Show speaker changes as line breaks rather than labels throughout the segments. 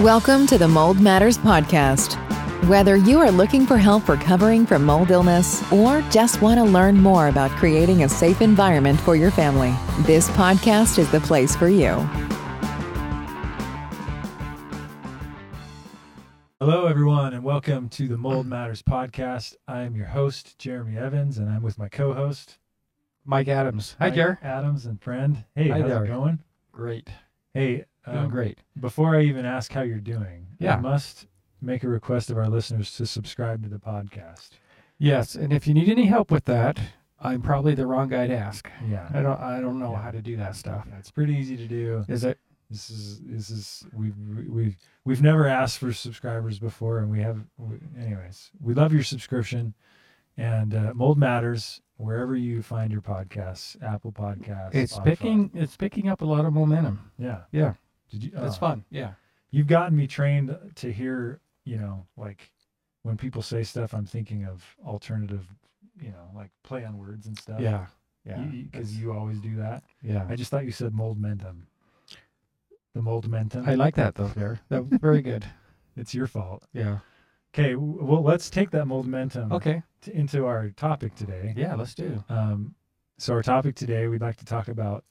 Welcome to the Mold Matters Podcast. Whether you are looking for help recovering from mold illness or just want to learn more about creating a safe environment for your family, this podcast is the place for you.
Hello, everyone, and welcome to the Mold Matters podcast. I am your host, Jeremy Evans, and I'm with my co-host,
Mike Adams. Hi,
Mike
Jer.
Adams, and friend. Hey,
Hi
how's
there.
it going?
Great.
Hey, um,
Doing great.
Before I even ask how you're doing,
Yeah.
I must make a request of our listeners to subscribe to the podcast.
Yes, and if you need any help with that, I'm probably the wrong guy to ask.
Yeah,
I don't. I don't know
Yeah.
how to do that stuff.
it's pretty easy to do.
Is it?
This is this is we've we've we've never asked for subscribers before, and we have. We, anyways, we love your subscription, and uh, mold matters wherever you find your podcasts, Apple Podcasts.
It's
Spotify.
picking. It's picking up a lot of momentum.
Yeah.
Yeah.
Did you?
That's
oh.
fun. Uh, Yeah.
You've gotten me trained to hear. You know, like when people say stuff, I'm thinking of alternative. You know, like play on words and stuff.
Yeah. Yeah.
Because you, always do that.
Yeah.
I just thought you said mold momentum. The mold momentum.
I like that though, Jer. That was very good.
it's your fault.
Yeah.
Okay, w- well, let's take that momentum
Okay.
t- into our topic today.
Um, Yeah. Let's do.
Um, so, our topic today, we'd like to talk about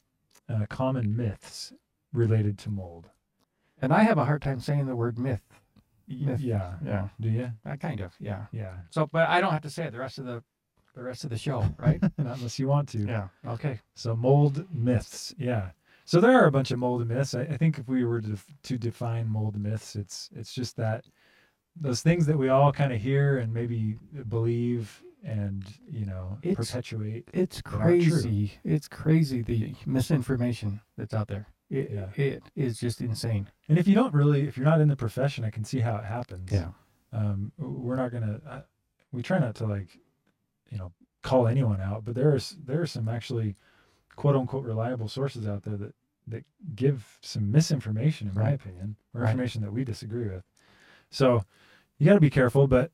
uh, common myths related to mold.
And I have a hard time saying the word myth. Myth.
Yeah.
Yeah.
Do you?
I kind of. Yeah.
Yeah.
So, but I don't have to say it the rest of the, the rest of the show, right?
Not unless you want to.
yeah. Okay.
So, mold myths. Yeah. So, there are a bunch of mold myths. I, I think if we were to, def- to define mold myths, it's it's just that those things that we all kind of hear and maybe believe and, you know,
It's-
perpetuate.
it's
that aren't true.
crazy. It's crazy the misinformation that's out there. It,
Yeah.
it is just insane.
And if you don't really, if you're not in the profession, I can see how it happens. Um, w- we're not gonna. Uh, we try not to like, you know, call anyone out, but there is there are some actually, quote unquote, reliable sources out there that that give some misinformation, in my
Right.
opinion, or
Right.
information that we disagree with. So, you got to be careful. But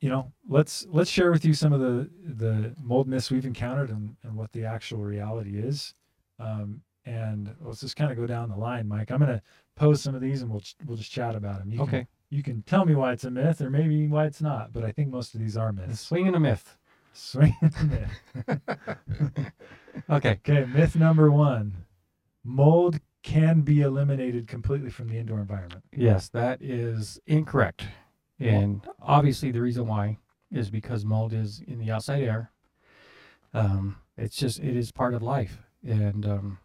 you know, let's let's share with you some of the the mold myths we've encountered and and what the actual reality is. Um, and let's just kind of go down the line, Mike. I'm gonna pose some of these, and we'll ch- we'll just chat about them. You can-
Okay.
you can tell me why it's a myth, or maybe why it's not. But I think most of these are myths.
Swinging a myth.
Swing myth.
Okay.
Okay, myth number one: mold can be eliminated completely from the indoor environment.
Yes, that is incorrect. And obviously, the reason why is because mold is in the outside air. Um, it's just it is part of life, and um,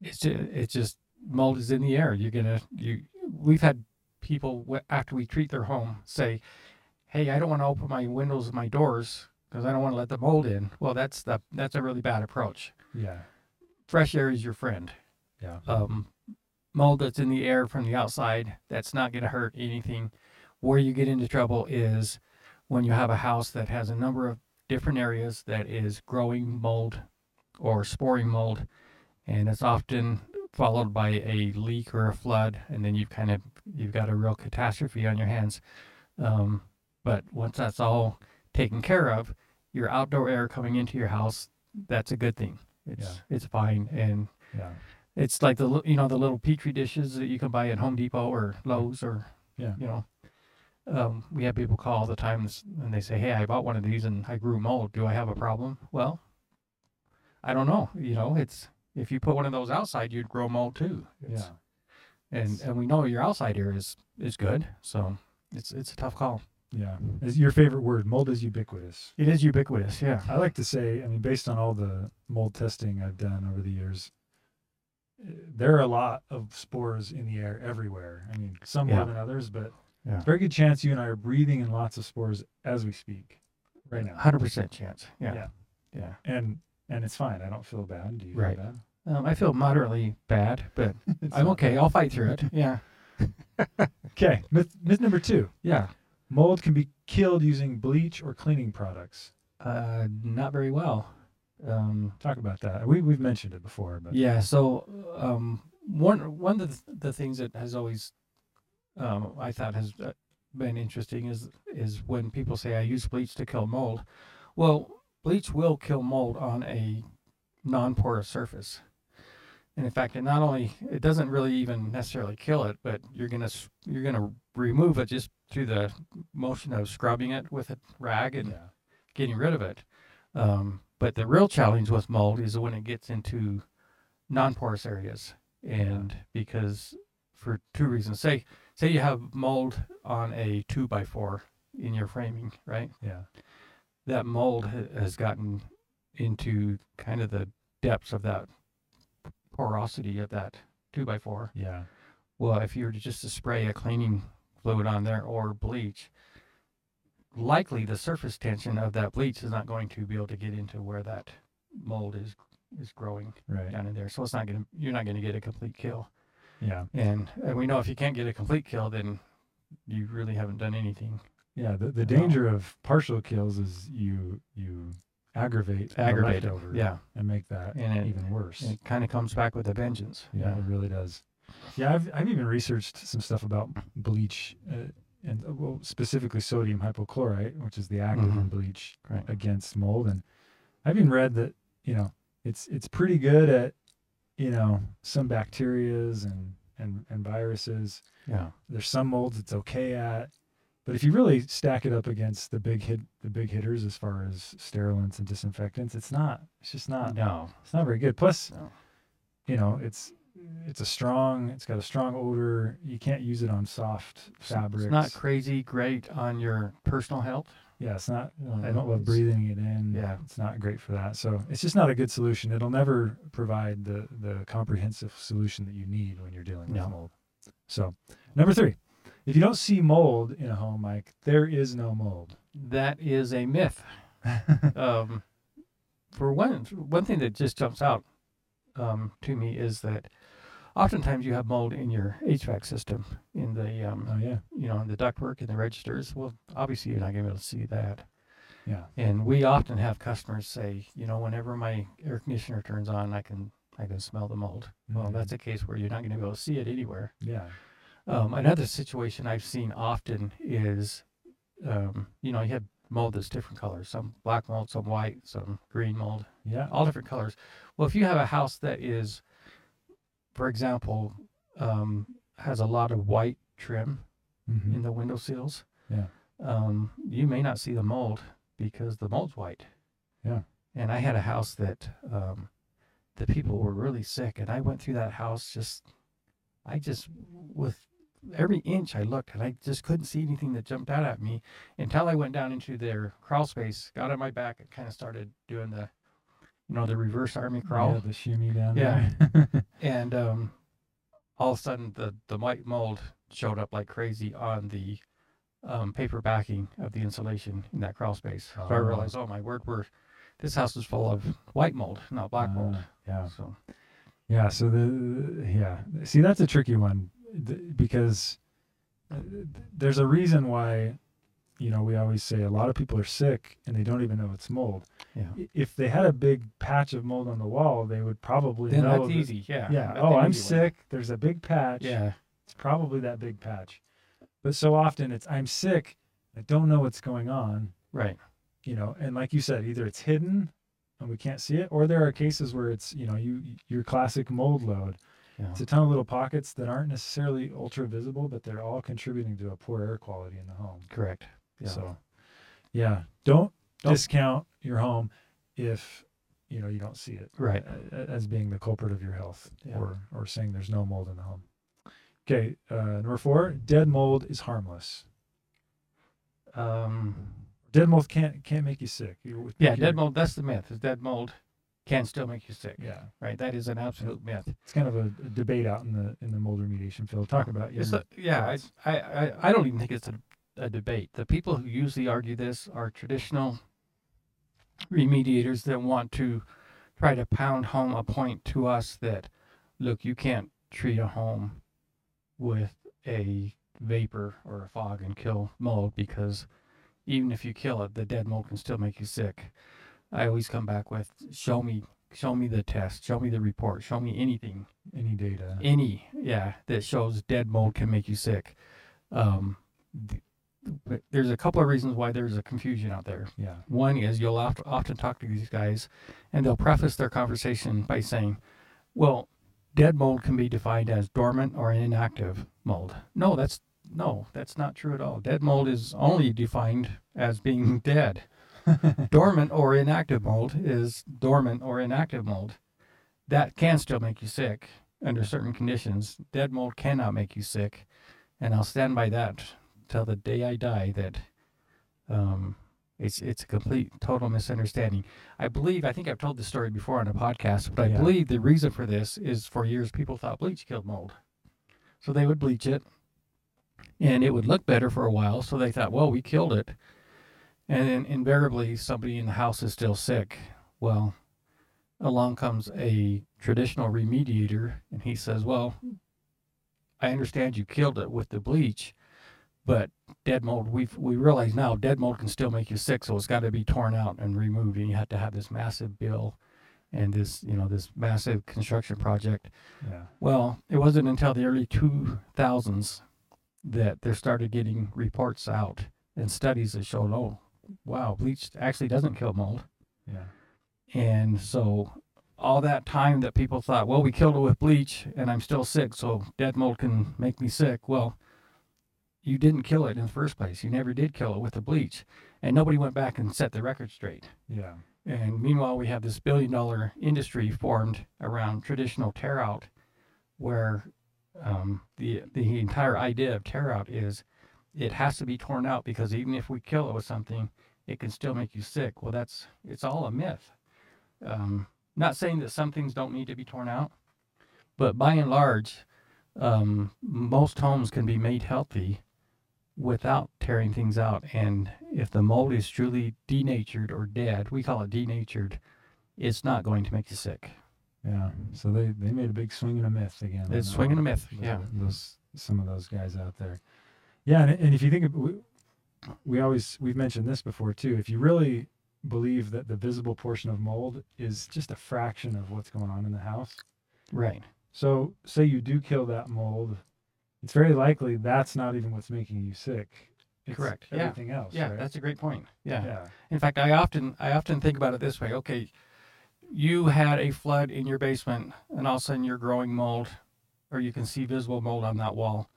it's just, it's just mold is in the air. You're gonna you. We've had people wh- after we treat their home say, "Hey, I don't want to open my windows and my doors because I don't want to let the mold in." Well, that's the that's a really bad approach.
Yeah,
Fresh air is your friend
yeah,
um, mold that's in the air from the outside that's not going to hurt anything. Where you get into trouble is when you have a house that has a number of different areas that is growing mold or sporing mold, and it's often followed by a leak or a flood, and then you've kind of you've got a real catastrophe on your hands. Um, but once that's all taken care of, your outdoor air coming into your house that's a good thing. It's it's fine and
yeah,
it's like the li- you know the little petri dishes that you can buy at Home Depot or Lowe's or
Yeah.
you know. Um, we have people call all the time and s- and they say, "Hey, I bought one of these and I grew mold. Do I have a problem?" Well, I don't know. You know, it's if you put one of those outside, you'd grow mold too.
yeah.
It's- And and we know your outside air is is good, so it's it's a tough call.
Yeah. Is your favorite word, mold is ubiquitous.
It is ubiquitous. Yeah.
I like to say, I mean, based on all the mold testing I've done over the years, eh, there are a lot of spores in the air everywhere. I mean, some more
Yeah.
than others, but
Yeah.
very good chance you and I are breathing in lots of spores as we speak right now.
Hundred percent chance. Yeah.
Yeah.
Yeah.
And and it's fine. I don't feel bad. Do you
Right.
feel bad?
Um, I feel moderately bad, but
It's
I'm
not-
okay. I'll fight through it. Yeah.
Okay. Myth, myth number two
Yeah.
mold can be killed using bleach or cleaning products.
Uh, not very well. Um,
Talk about that. We, we've mentioned it before, but
yeah. So um, one one of the, the things that has always um, I thought has uh, been interesting is is when people say I use bleach to kill mold. Well, bleach will kill mold on a non-porous surface. And in fact, it not only it doesn't really even necessarily kill it, but you're gonna s- you're gonna remove it just through the motion of scrubbing it with a rag and
Yeah.
getting rid of it. Um, but the real challenge with mold is when it gets into non-porous areas, and because for two reasons, say say you have mold on a two by four in your framing, right?
Yeah.
That mold ha- has gotten into kind of the depths of that porosity of that two by four.
Yeah.
Well, if you were to just to spray a cleaning fluid on there or bleach, likely the surface tension of that bleach is not going to be able to get into where that mold is is growing
Right. Yeah.
down in there. So it's not going to you're not going to get a complete kill.
yeah.
And and we know if you can't get a complete kill, then you really haven't done anything.
the, the
Wow.
danger of partial kills is you you aggravate the
Aggravate it,
leftover
yeah.
and make that
And it-
even worse.
It kind of comes back with a vengeance.
Yeah, it really does. Yeah, I've I've even researched some stuff about bleach uh, and uh, well, specifically sodium hypochlorite, which is the active in
Mhm.
bleach
Right.
against mold. And I've even read that you know it's it's pretty good at you know some bacterias and and and viruses.
Yeah.
There's some molds it's okay at, but if you really stack it up against the big hit the big hitters as far as sterilants and disinfectants, it's not. It's just not.
Uh, No.
It's not very good. Plus,
No.
you know, it's it's a strong. It's got a strong odor. You can't use it on soft
It's n-
fabrics.
It's not crazy great on your personal health.
yeah, it's not. I
Uh,
don't love
it's-
breathing it in.
Yeah.
it's not great for that. So it's just not a good solution. It'll never provide the the comprehensive solution that you need when you're dealing with
No.
mold. So, number three, if you don't see mold in a home, Mike, there is no mold.
That is a myth. um, for one, one thing that just jumps out um, to me is that oftentimes you have mold in your HVAC system, in the um,
oh yeah,
you know, in the ductwork, in the registers. Well, obviously you're not going to be able to see that.
yeah,
And we often have customers say, you know, whenever my air conditioner turns on, I can I can smell the mold. Well,
Mhm.
that's a case where you're not going to be able to see it anywhere.
yeah,
Um, another situation I've seen often is, um, you know, you have mold that's different colors, some black mold, some white, some green mold,
yeah,
all different colors. Well, if you have a house that is, for example, um, has a lot of white trim
Mhm.
in the window sills,
Yeah.
um, you may not see the mold because the mold's white.
Yeah.
And I had a house that um, the people were really sick, and I went through that house just, I just with every inch I looked, and I just couldn't see anything that jumped out at me until I went down into their crawl space, got on my back, and kind of started doing the, you know, the reverse army crawl
yeah. The shimmy down
Yeah.
there.
and um, all of a sudden the the white mold showed up like crazy on the um, paper backing of the insulation in that crawl space. So I
Oh.
realized, oh my word, we're this house is full of white mold, not black mold.
Ah, yeah.
So
Yeah. So the yeah. See, that's a tricky one th- because uh, th- there's a reason why, you know, we always say a lot of people are sick and they don't even know it's mold.
yeah,
I- If they had a big patch of mold on the wall, they would probably
then
know.
that's
that-
easy. Yeah.
Yeah.
that's
Oh,
the
I'm
easy one.
sick. There's a big patch.
Yeah.
It's probably that big patch. But so often it's I'm sick. I don't know what's going on.
Right.
You know, and like you said, either it's hidden and we can't see it, or there are cases where it's you know you your classic mold load.
Yeah.
It's a ton of little pockets that aren't necessarily ultra visible, but they're all contributing to a poor air quality in the home.
Correct. Yeah.
So, yeah, don't,
Don't-
discount your home if you know you don't see it
Right.
a- a- as being the culprit of your health,
Yeah.
or or saying there's no mold in the home. Okay, uh, number four: dead mold is harmless.
Um.
Dead mold can't can't make you sick. You would
Yeah.
think
Dead
you're-
mold. That's the myth. Is dead mold can still make you sick.
Yeah,
Right. That is an absolute myth.
it's kind of a, a debate out in the in the mold remediation field. Talk about your
It's a, yeah,
thoughts.
I, I, I- I don't even think it's a, a debate. The people who usually argue this are traditional remediators that want to try to pound home a point to us that, look, you can't treat a home with a vapor or a fog and kill mold because even if you kill it, the dead mold can still make you sick. I always come back with show me show me the test, show me the report, show me anything
any data.
any yeah that shows dead mold can make you sick um th- but there's a couple of reasons why there's a confusion out there
yeah,
one is you'll oft- often talk to these guys and they'll preface their conversation by saying well Dead mold can be defined as dormant or inactive mold. No, that's no, that's not true at all. Dead mold is only defined as being dead. dormant or inactive mold is dormant or inactive mold. That can still make you sick under certain conditions. Dead mold cannot make you sick, and I'll stand by that till the day I die. That um, it's it's a complete total misunderstanding. I believe I think I've told this story before on a podcast, but I
Yeah.
believe the reason for this is for years people thought bleach killed mold, so they would bleach it, and it would look better for a while. So they thought, well, we killed it, and then invariably somebody in the house is still sick. Well, along comes a traditional remediator, and he says, well, I understand you killed it with the bleach, but dead mold we we realize now dead mold can still make you sick so it's got to be torn out and removed and you have to have this massive bill and this you know this massive construction project
Yeah.
well it wasn't until the early 2000s that they started getting reports out and studies that showed oh wow bleach actually doesn't kill mold
Yeah.
and so all that time that people thought, well, we killed it with bleach and I'm still sick, so dead mold can make me sick. Well, you didn't kill it in the first place. You never did kill it with the bleach. And nobody went back and set the record straight.
Yeah.
And meanwhile, we have this billion dollar industry formed around traditional tear out, where um, the, the entire idea of tear out is it has to be torn out because even if we kill it with something, it can still make you sick. Well, that's it's all a myth. Um, not saying that some things don't need to be torn out, but by and large, um, most homes can be made healthy without tearing things out. And if the mold is truly denatured or dead, we call it denatured, it's not going to make you sick.
Yeah. So they, they made a big swing and a myth again. on
It's
that
swing and a
one.
myth.
Th-
Yeah.
Those some of those guys out there. Yeah, and, and if you think of, we, we always we've mentioned this before too. If you really believe that the visible portion of mold is just a fraction of what's going on in the house,
Right.
so say you do kill that mold, it's very likely that's not even what's making you sick. It's
Correct. Yeah.
Everything else.
Yeah,
right?
that's a great point. Yeah.
yeah.
In fact, I often I often think about it this way. Okay, you had a flood in your basement and all of a sudden you're growing mold or you can see visible mold on that wall.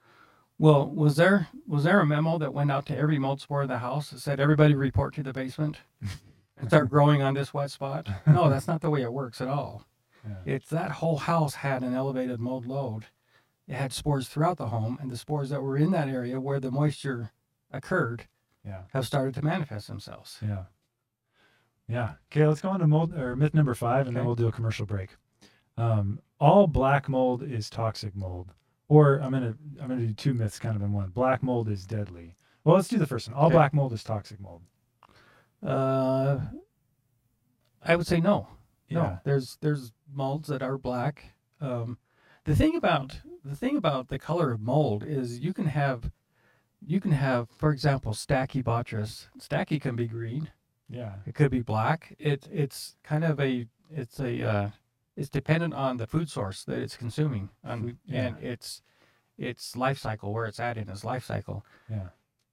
Well, was there was there a memo that went out to every mold spore in the house that said everybody report to the basement and start growing on this wet spot? No, that's not the way it works at all.
Yeah.
It's that whole house had an elevated mold load. It had spores throughout the home, and the spores that were in that area where the moisture occurred
Yeah.
have started to manifest themselves.
Yeah. Yeah. Okay, let's go on to mold or myth number five, and then
Okay.
we'll do a commercial break. Um, all black mold is toxic mold, or I'm gonna I'm gonna do two myths kind of in one. Black mold is deadly. Well, let's do the first one. All
Okay.
black mold is toxic mold.
Uh, I would say no. No, there's there's molds that are black. Um, the thing about the thing about the color of mold is you can have you can have, for example, Stachybotrys. Stachy can be green.
Yeah.
It could be black. It it's kind of a it's a uh, it's dependent on the food source that it's consuming on,
Yeah.
and its its life cycle where it's at in its life cycle
Yeah.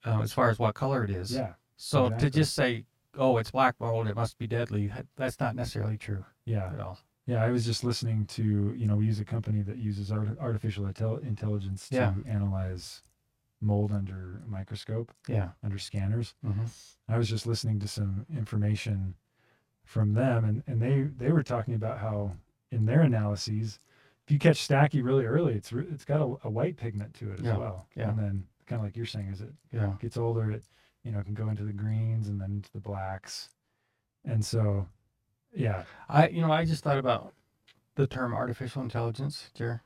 um, as far as what color it is.
Yeah.
so
exactly.
to just say oh it's black mold it must be deadly that- that's not necessarily true
Yeah.
at all.
Yeah. I was just listening to you know we use a company that uses art, artificial intel- intelligence to
Yeah.
analyze mold under microscope
Yeah.
under scanners.
Mm-hmm.
I was just listening to some information from them, and, and they they were talking about how in their analyses, if you catch stacky really early, it's re- it's got a, a white pigment to it as
Yeah,
well,
yeah.
and then kind of like you're saying, as it
Yeah.
gets older, it you know can go into the greens and then into the blacks, and so yeah,
I you know I just thought about the term artificial intelligence, Jer.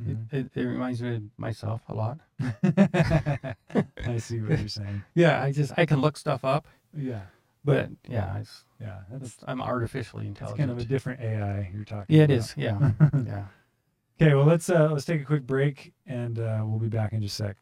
mhm.
It, it it reminds me of myself a lot.
Mm-hmm. I see what you're saying.
Yeah, I just I can look stuff up,
Yeah,
but yeah, it's
yeah, that's,
That's- I'm artificially
that's
intelligent.
kind of a different AI you're talking.
yeah, it
about.
is. Yeah, yeah.
Okay, well let's uh, let's take a quick break, and uh, we'll be back in just a sec.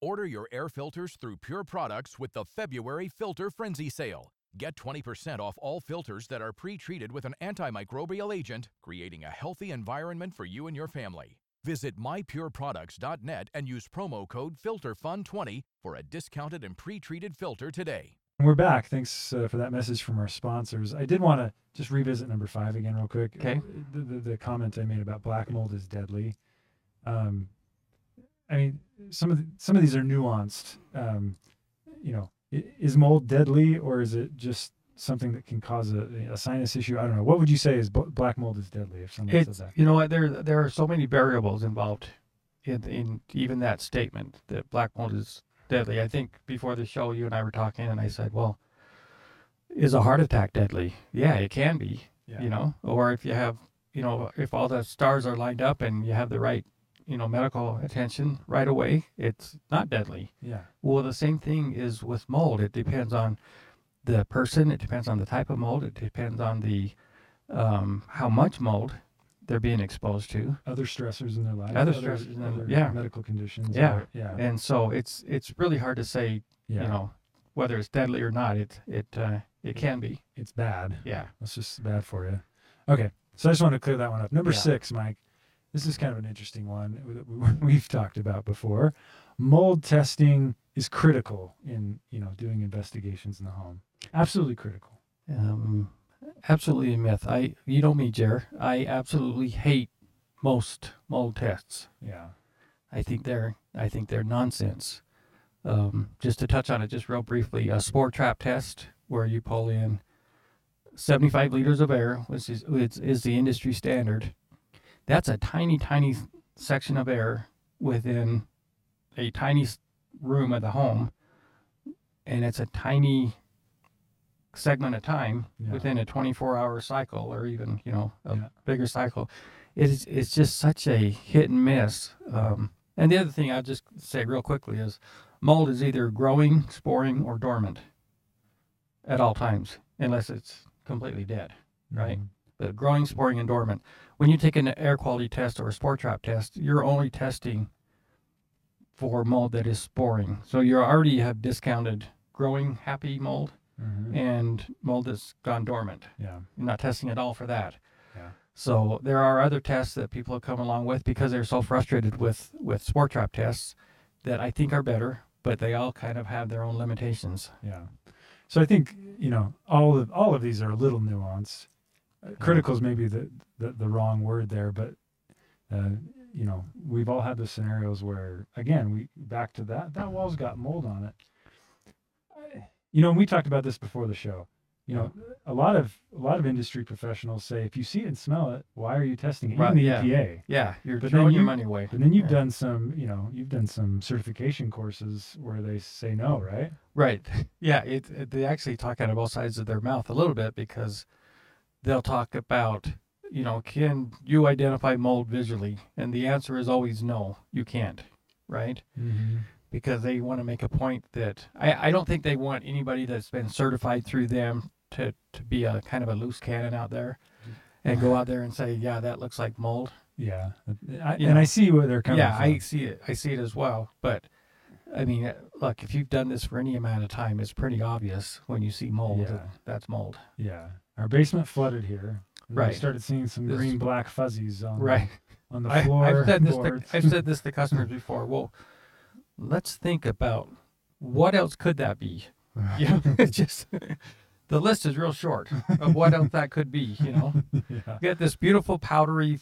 Order your air filters through Pure Products with the February Filter Frenzy Sale. Get 20% off all filters that are pre treated with an antimicrobial agent, creating a healthy environment for you and your family. Visit mypureproducts.net and use promo code FILTERFUN20 for a discounted and pre treated filter today.
And we're back. Thanks uh, for that message from our sponsors. I did want to just revisit number five again, real quick.
Okay.
The, the, the comment I made about black mold is deadly. Um, I mean, some of the, some of these are nuanced. Um, you know, i- is mold deadly or is it just something that can cause a, a sinus issue? I don't know. What would you say is bl- black mold is deadly if someone says
It's
that?
you know what there there are so many variables involved in in even that statement that black mold is deadly. I think before the show you and I were talking and I said, well, is a heart attack deadly? Yeah, it can be.
Yeah.
You know, or if you have you know if all the stars are lined up and you have the right you know medical attention right away, it's not deadly.
Yeah.
Well, the same thing is with mold. It depends on the person. It depends on the type of mold. It depends on the um, how much mold they're being exposed to.
Other stressors in their life.
Other stressors in their-
other
yeah.
Medical conditions.
Yeah.
or- yeah.
And so it's it's really hard to say,
Yeah.
you know, whether it's deadly or not. It it uh, it can be.
It's bad.
Yeah.
That's just bad for you. Okay. So I just want to clear that one up. Number
Yeah.
six, Mike. This is kind of an interesting one that we- we've talked about before. Mold testing is critical in you know doing investigations in the home. Absolutely critical.
Um, absolutely a myth. I you know me, Jer. I absolutely hate most mold tests.
Yeah.
I think they're I think they're nonsense. Um, just to touch on it, just real briefly, a spore trap test where you pull in 75 liters of air, which is which is the industry standard. That's a tiny, tiny section of air within a tiny s- room of the home, and it's a tiny segment of time
Yeah.
within a 24-hour cycle, or even you know a
Yeah.
bigger cycle. It's it's just such a hit and miss. Um, and the other thing I'll just say real quickly is mold is either growing, sporing, or dormant at all times, unless it's completely dead. Right.
Mhm.
But growing, sporing, and dormant. When you take an air quality test or a spore trap test, you're only testing for mold that is sporing. So you already have discounted growing happy mold
Mhm.
and mold that's gone dormant.
Yeah.
You're not testing at all for that.
Yeah.
So there are other tests that people have come along with because they're so frustrated with with sport trap tests that I think are better, but they all kind of have their own limitations.
Yeah. So I think you know all of all of these are a little nuanced. Uh, Critical is maybe the, the the wrong word there, but uh, you know we've all had those scenarios where again we back to that that wall's got mold on it. I- You know, and we talked about this before the show. You know, a lot of a lot of industry professionals say if you see it and smell it, why are you testing it? Even
Right,
the
yeah.
EPA.
Yeah, you're
But then
throwing your
you-
money away.
And then you've
Yeah.
done some, you know, you've done some certification courses where they say no, right?
Right. Yeah, it, it- they actually talk out of both sides of their mouth a little bit because they'll talk about, you know, can you identify mold visually? And the answer is always no, you can't. Right?
Mm-hmm.
because they want to make a point that I, I don't think they want anybody that's been certified through them to, to be a kind of a loose cannon out there and go out there and say, yeah, that looks like mold.
Yeah, I,
You
and
know.
I see where they're coming
yeah,
from.
I see it. I see it as well. But I mean, uh, look, if you've done this for any amount of time, it's pretty obvious when you see mold.
Yeah.
that That's mold.
yeah, our basement flooded here. and
Right.
we started seeing some
This-
green black fuzzies on
Right.
the, on Um, the
I,
floor.
I've said this. To,
boards.
I've said this to customers before. Well, let's think about what else could that be. You know, it's just the list is real short of what else that could be. You know,
yeah,
get this beautiful powdery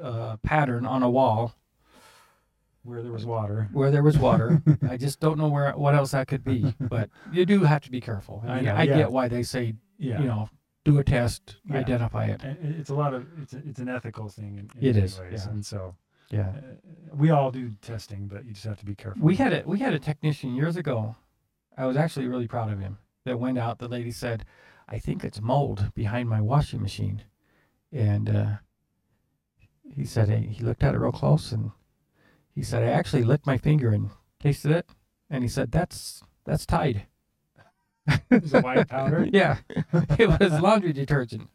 uh, pattern on a wall
where there was water.
where there was water. I just don't know where what else that could be. But you do have to be careful. I,
I
mean,
know,
I
yeah.
get why they say
Yeah,
you know do a test,
Yeah.
identify it.
And it- it's a lot of it's a, it's an ethical thing. In, in
It
many
is,
ways.
yeah.
and so
Yeah.
uh, we all do testing, but you just have to be careful.
We had a we had a technician years ago. I was actually really proud of him. That went out. The lady said, "I think it's mold behind my washing machine," and uh, he said he he looked at it real close and he said, "I actually licked my finger and tasted it," and he said, "That's that's Tide."
It was a white powder.
yeah, it was laundry detergent.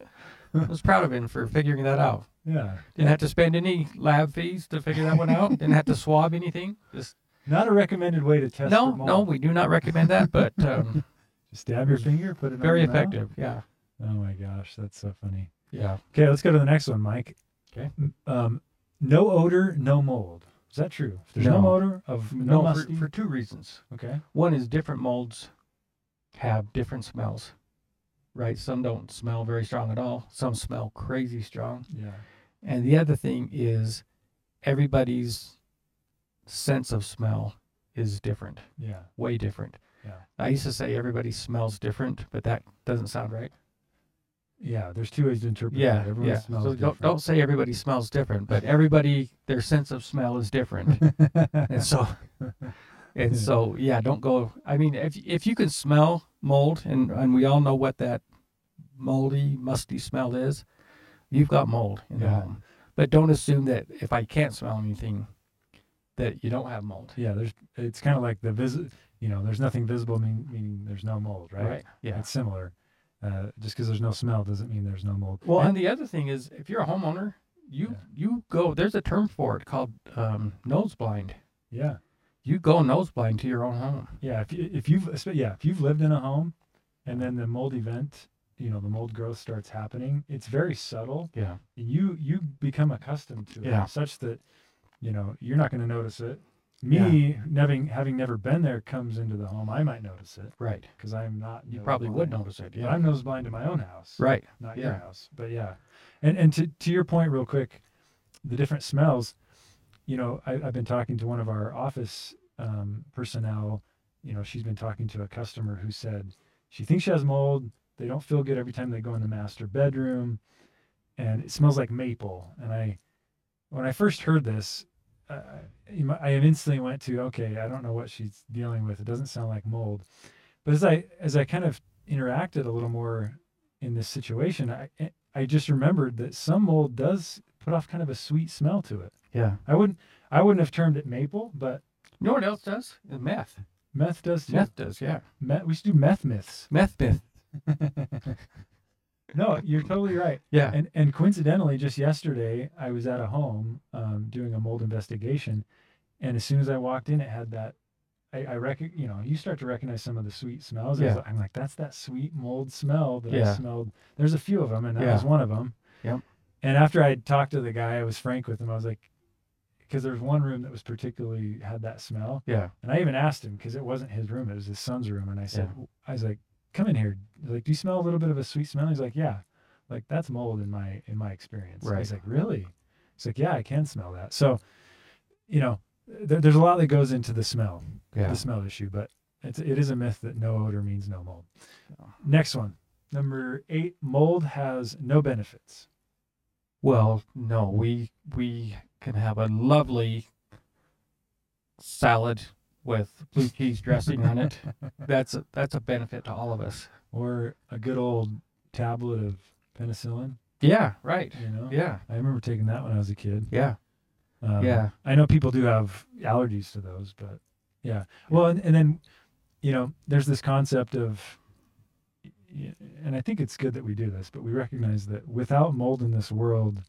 I was proud of him for figuring that out.
Yeah,
Didn't have to spend any lab fees to figure that one out. Didn't have to swab anything. Just
not a recommended way to test.
no,
for mold.
no, we do not recommend that. But um,
Just stab your finger, put it
very
on your mouth.
effective. Yeah.
Oh my gosh, that's so funny.
Yeah.
Okay, let's go to the next one, Mike.
Okay.
M- Um, no odor, no mold. Is that true? If there's no,
No.
odor of no,
No, for,
musty.
for two reasons.
okay.
One is different molds have different smells, right? Some don't smell very strong at all, some smell crazy strong.
Yeah.
And the other thing is everybody's sense of smell is different,
Yeah.
way different.
Yeah.
I used to say everybody smells different, but that doesn't sound right.
Yeah. There's two ways to interpret
Yeah,
that. Everyone
yeah.
smells
so
different.
Don't, don't say everybody smells different, but everybody their sense of smell is different, and so
Yeah.
and so yeah, don't go. I mean, if if you can smell mold, and and we all know what that moldy, musty smell is, you've got mold in the
Yeah.
home. But don't assume that if I can't smell anything, that you don't have mold.
yeah. There's. It's kind of like the visit. You know, there's nothing visible, mean, meaning there's no mold, right?
Yeah.
It's similar. Uh, just because there's no smell doesn't mean there's no mold.
Well,
And-
and the other thing is, if you're a homeowner, you
Yeah.
you go. There's a term for it called um, nose blind.
yeah,
You go nose blind to your own home.
yeah. If you, if you've esp- yeah if you've lived in a home, and then the mold event, you know, the mold growth starts happening. It's very subtle.
Yeah.
and you you become accustomed to it
Yeah.
such that you know you're not going to notice it
Yeah.
me having having never been there comes into the home i might notice it
Right.
because i'm not
You
nose
probably would
blind.
notice it.
But
Yeah.
i'm nose blind to my own house
right.
not your
yeah.
house but yeah and and to, to your point real quick the different smells you know I, i've been talking to one of our office um, personnel you know she's been talking to a customer who said she thinks she has mold they don't feel good every time they go in the master bedroom and it smells like maple and i when i first heard this uh, you mi- i instantly went to okay i don't know what she's dealing with it doesn't sound like mold but as i as i kind of interacted a little more in this situation i eh, i just remembered that some mold does put off kind of a sweet smell to it
Yeah.
i wouldn't i wouldn't have termed it maple but
You know what else does? The meth.
meth does too
Meth does. Yeah.
meth, we should do meth myths
Meth myth.
no you're totally right
Yeah.
and and coincidentally, just yesterday, I was at a home um, doing a mold investigation, and as soon as I walked in, it had that. I, I rec- you know, you start to recognize some of the sweet smells. I was
Yeah.
like- I'm like, that's that sweet mold smell that I
Yeah.
smelled. There's a few of them, and that
Yeah.
was one of them.
Yep.
And after I talked to the guy, I was frank with him. I was like, because there was one room that was particularly had that smell,
Yeah.
and I even asked him because it wasn't his room; it was his son's room. And I said, I was like, "Come in here. Like, do you smell a little bit of a sweet smell?" He's like, "Yeah." Like that's mold in my in my experience. I was
Right.
like, "Really?" He's like, "Yeah, I can smell that." So, you know, there, there's a lot that goes into the smell,
Yeah.
the smell issue, but it's it is a myth that no odor means no mold.
Yeah.
Next one, number eight: mold has no benefits.
Well, no, we we can have a lovely salad with blue cheese dressing on it. That's a, that's a benefit to all of us.
Or a good old tablet of penicillin.
Yeah. Right.
You know,
Yeah.
I remember taking that when I was a kid.
Yeah.
Um,
Yeah.
I know people do have allergies to those, but yeah. Well, and, and then, you know, there's this concept of, y- and I think it's good that we do this, but we recognize that without mold in this world,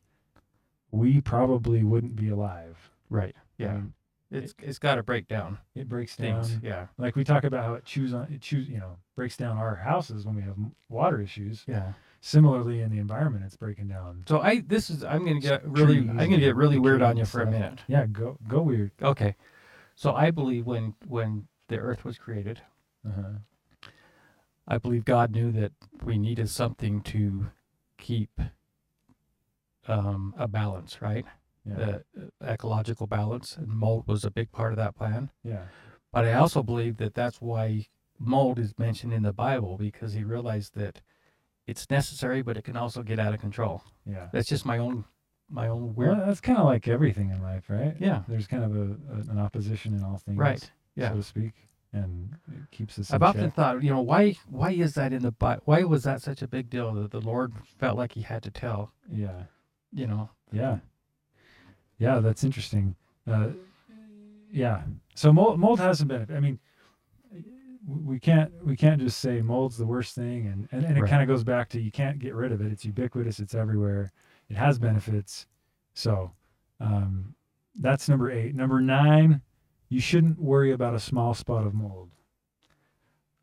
we probably wouldn't be alive.
Right. Yeah.
Um,
It's it's got to break down
it breaks down.
things. Yeah.
Like we talk about how it chews on, it chews, you know, breaks down our houses when we have m- water issues.
Yeah.
Similarly, in the environment, it's breaking down.
So I this is I'm gonna get really
trees
I'm gonna
and
get really weird
decay
on you
and
for a
stuff.
minute.
Yeah, go go weird.
Okay. So I believe when when the earth was created,
Uh-huh.
I believe God knew that we needed something to keep um, a balance, right?
Yeah.
The uh, ecological balance, and mold was a big part of that plan.
yeah.
But I also believe that that's why mold is mentioned in the Bible because he realized that it's necessary, but it can also get out of control.
Yeah.
That's just my own my own weird.
Well, that's kind of like everything in life, right?
Yeah.
there's kind of a, a an opposition in all things,
Right. Yeah.
so to speak, and it keeps us.
I've
in
often
check.
thought, you know, why why is that in the Bible? Why was that such a big deal that the Lord felt like He had to tell,
Yeah,
you know?
yeah, yeah. That's interesting. Uh, yeah. So mold mold has some benefit. I mean, we can't we can't just say mold's the worst thing, and and, and it
Right.
kind of goes back to you can't get rid of it. It's ubiquitous. It's everywhere. It has benefits. So, um, that's number eight. Number nine, you shouldn't worry about a small spot of mold.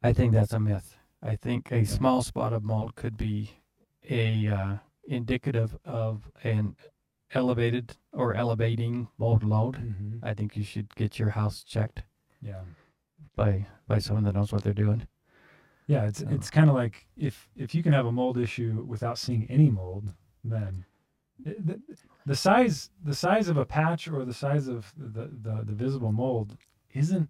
I think that's a myth. I think
Okay.
a small spot of mold could be a uh, indicative of an elevated or elevating mold load.
Mm-hmm.
I think you should get your house checked
Yeah.
by by someone that knows what they're doing.
Yeah, it's
So-
it's kind of like if if you can have a mold issue without seeing any mold, then it- the, the size the size of a patch or the size of the, the the visible mold isn't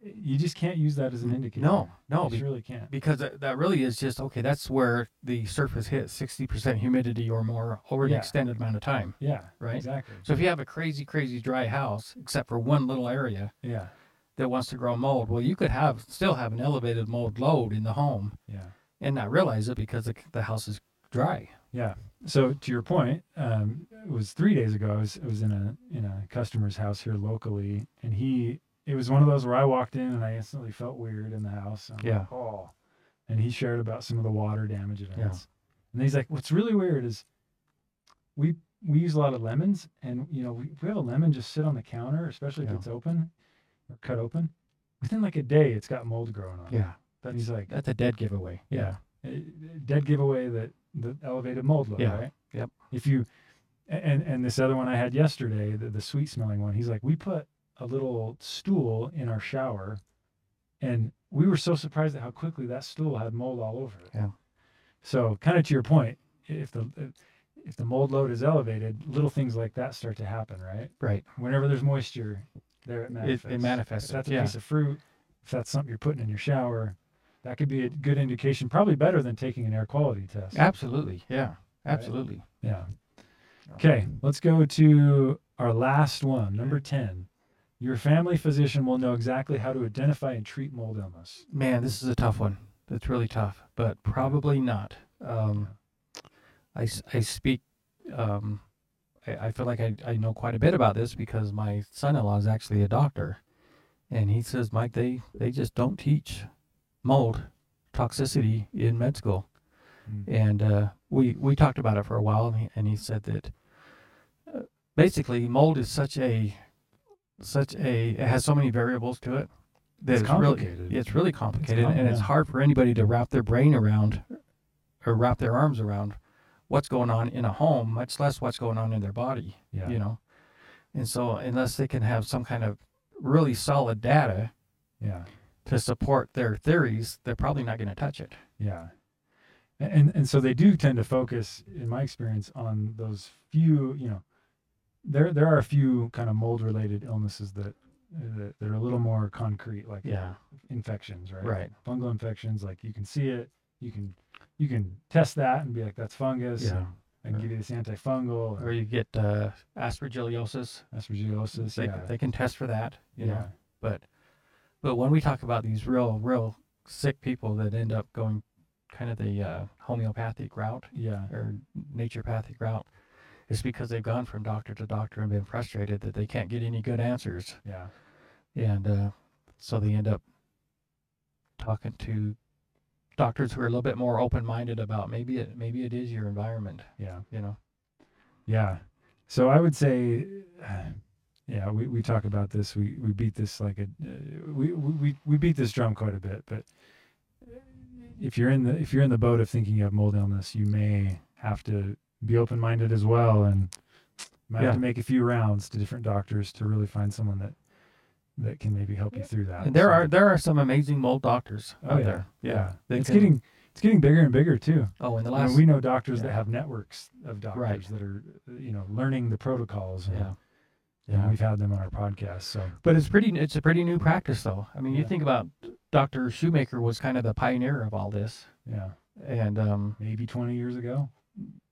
you just can't use that as an indicator.
No,
you
no,
just
be-
really can't.
because that that really is just okay. That's where the surface hits sixty percent humidity or more over an
Yeah.
extended amount of time.
Yeah,
Right.
Exactly.
So if you have a crazy, crazy dry house, except for one little area
Yeah,
that wants to grow mold, well, you could have still have an elevated mold load in the home
yeah,
and not realize it because the, the house is dry.
yeah. So to your point, um, it was three days ago. I was I was in a in a customer's house here locally, and he it was one of those where I walked in and I instantly felt weird in the house. I'm
Yeah.
Like, oh. And he shared about some of the water damage events.
Yeah.
And he's like, "What's really weird is we we use a lot of lemons, and you know, we, we have a lemon just sit on the counter, especially if
Yeah.
it's open or cut open. Within like a day, it's got mold growing on it." And he's like,
that's a dead giveaway.
Yeah. uh, dead giveaway that the elevated mold load,
Yeah.
right?
Yep.
If you and and this other one I had yesterday, the, the sweet smelling one, he's like, we put a little stool in our shower, and we were so surprised at how quickly that stool had mold all over it.
Yeah.
So kind of to your point, if the if the mold load is elevated, little things like that start to happen, right?
Right.
Whenever there's moisture, there it
It,
manifests.
it
If
manifests.
that's a
yeah.
piece of fruit, if that's something you're putting in your shower, that could be a good indication. Probably better than taking an air quality test.
Absolutely. Yeah. Absolutely.
Yeah. Okay, let's go to our last one, number 10. Your family physician will know exactly how to identify and treat mold illness.
Man, this is a tough one. That's really tough, but probably not. Um, I, s- I speak, um, I, I feel like I, I know quite a bit about this because my son in law is actually a doctor. And he says, Mike, they, they just don't teach mold toxicity in med school.
Mm.
And uh, we, we talked about it for a while, and he, and he said that uh, basically mold is such a such a it has so many variables to it that
It's complicated.
really it's really complicated
com-
and it's
yeah.
hard for anybody to wrap their brain around or wrap their arms around what's going on in a home much less what's going on in their body
Yeah.
you know and so unless they can have some kind of really solid data
Yeah.
to support their theories they're probably not going to touch it
Yeah. A- And and so they do tend to focus, in my experience, on those few, you know, there there are a few kind of mold related illnesses that that, that are a little more concrete, like
yeah
infections, right?
right
Fungal infections, like you can see it, you can you can test that and be like, that's fungus.
yeah
I can give you this antifungal
or
or
you get uh, aspergillosis
aspergillosis.
they,
yeah.
they can test for that you know
yeah.
But but when we talk about these real real sick people that end up going kind of the uh, homeopathic route
Yeah.
or naturopathic route, it's because they've gone from doctor to doctor and been frustrated that they can't get any good answers,
Yeah.
and uh, so they end up talking to doctors who are a little bit more open minded about maybe it maybe it is your environment,
Yeah.
you know.
Yeah. So I would say, uh, yeah, we, we talk about this. We, we beat this like a, uh, we, we, we- we beat this drum quite a bit, but if you're in the, if you're in the boat of thinking you have mold illness, you may have to be open-minded as well. And might have to
Yeah.
make a few rounds to different doctors to really find someone that, that can maybe help you through that.
And there
So,
are there are some amazing mold doctors
Oh,
out
yeah.
there.
yeah,
they
it's
can-
getting, it's getting bigger and bigger too.
Oh, and the
I mean,
last
we know doctors that
yeah.
have networks of doctors that are, you know, learning the protocols. And,
yeah.
and we've had them on our podcast. So
But it's pretty. It's a pretty new practice, though. I mean, you
Yeah.
think about Dr. Shoemaker was kind of the pioneer of all this,
yeah,
and um,
maybe 20 years ago,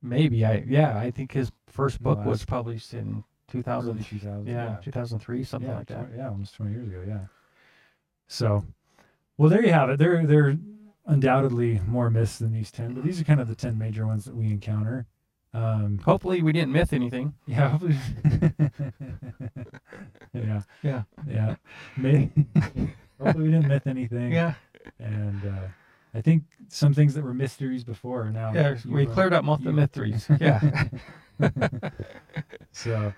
maybe I, yeah, I think his first
The
book was
last-
published in
early
2000,
2000s.
yeah, 2003, something
yeah,
like that.
20 yeah, almost 20 years ago. Yeah. So, well, there you have it. There, there are undoubtedly more myths than these 10, but these are kind of the 10 major ones that we encounter. Um,
Hopefully, we didn't myth anything.
yeah. hopefully- yeah.
Yeah.
Yeah. May- Hopefully we didn't myth anything. and uh, I think some things that were mysteries before are now.
yeah.
you,
We
uh,
cleared up most
you-
of the mysteries. Yeah.
so,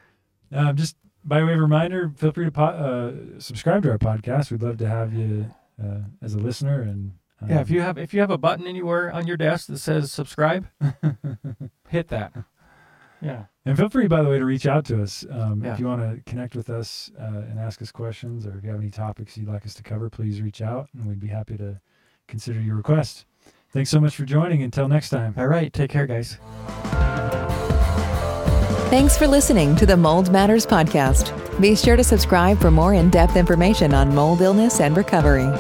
um, just by way of reminder, feel free to po- uh, subscribe to our podcast. We'd love to have you uh, as a listener. And um,
yeah. If you have if you have a button anywhere on your desk that says subscribe, hit that. Yeah.
and feel free, by the way, to reach out to us um,
Yeah.
if you want to connect with us uh, and ask us questions, or if you have any topics you'd like us to cover, please reach out, and we'd be happy to consider your request. Thanks so much for joining. Until next time.
All right. Take care, guys.
Thanks for listening to the Mold Matters Podcast. Be sure to subscribe for more in depth information on mold illness and recovery.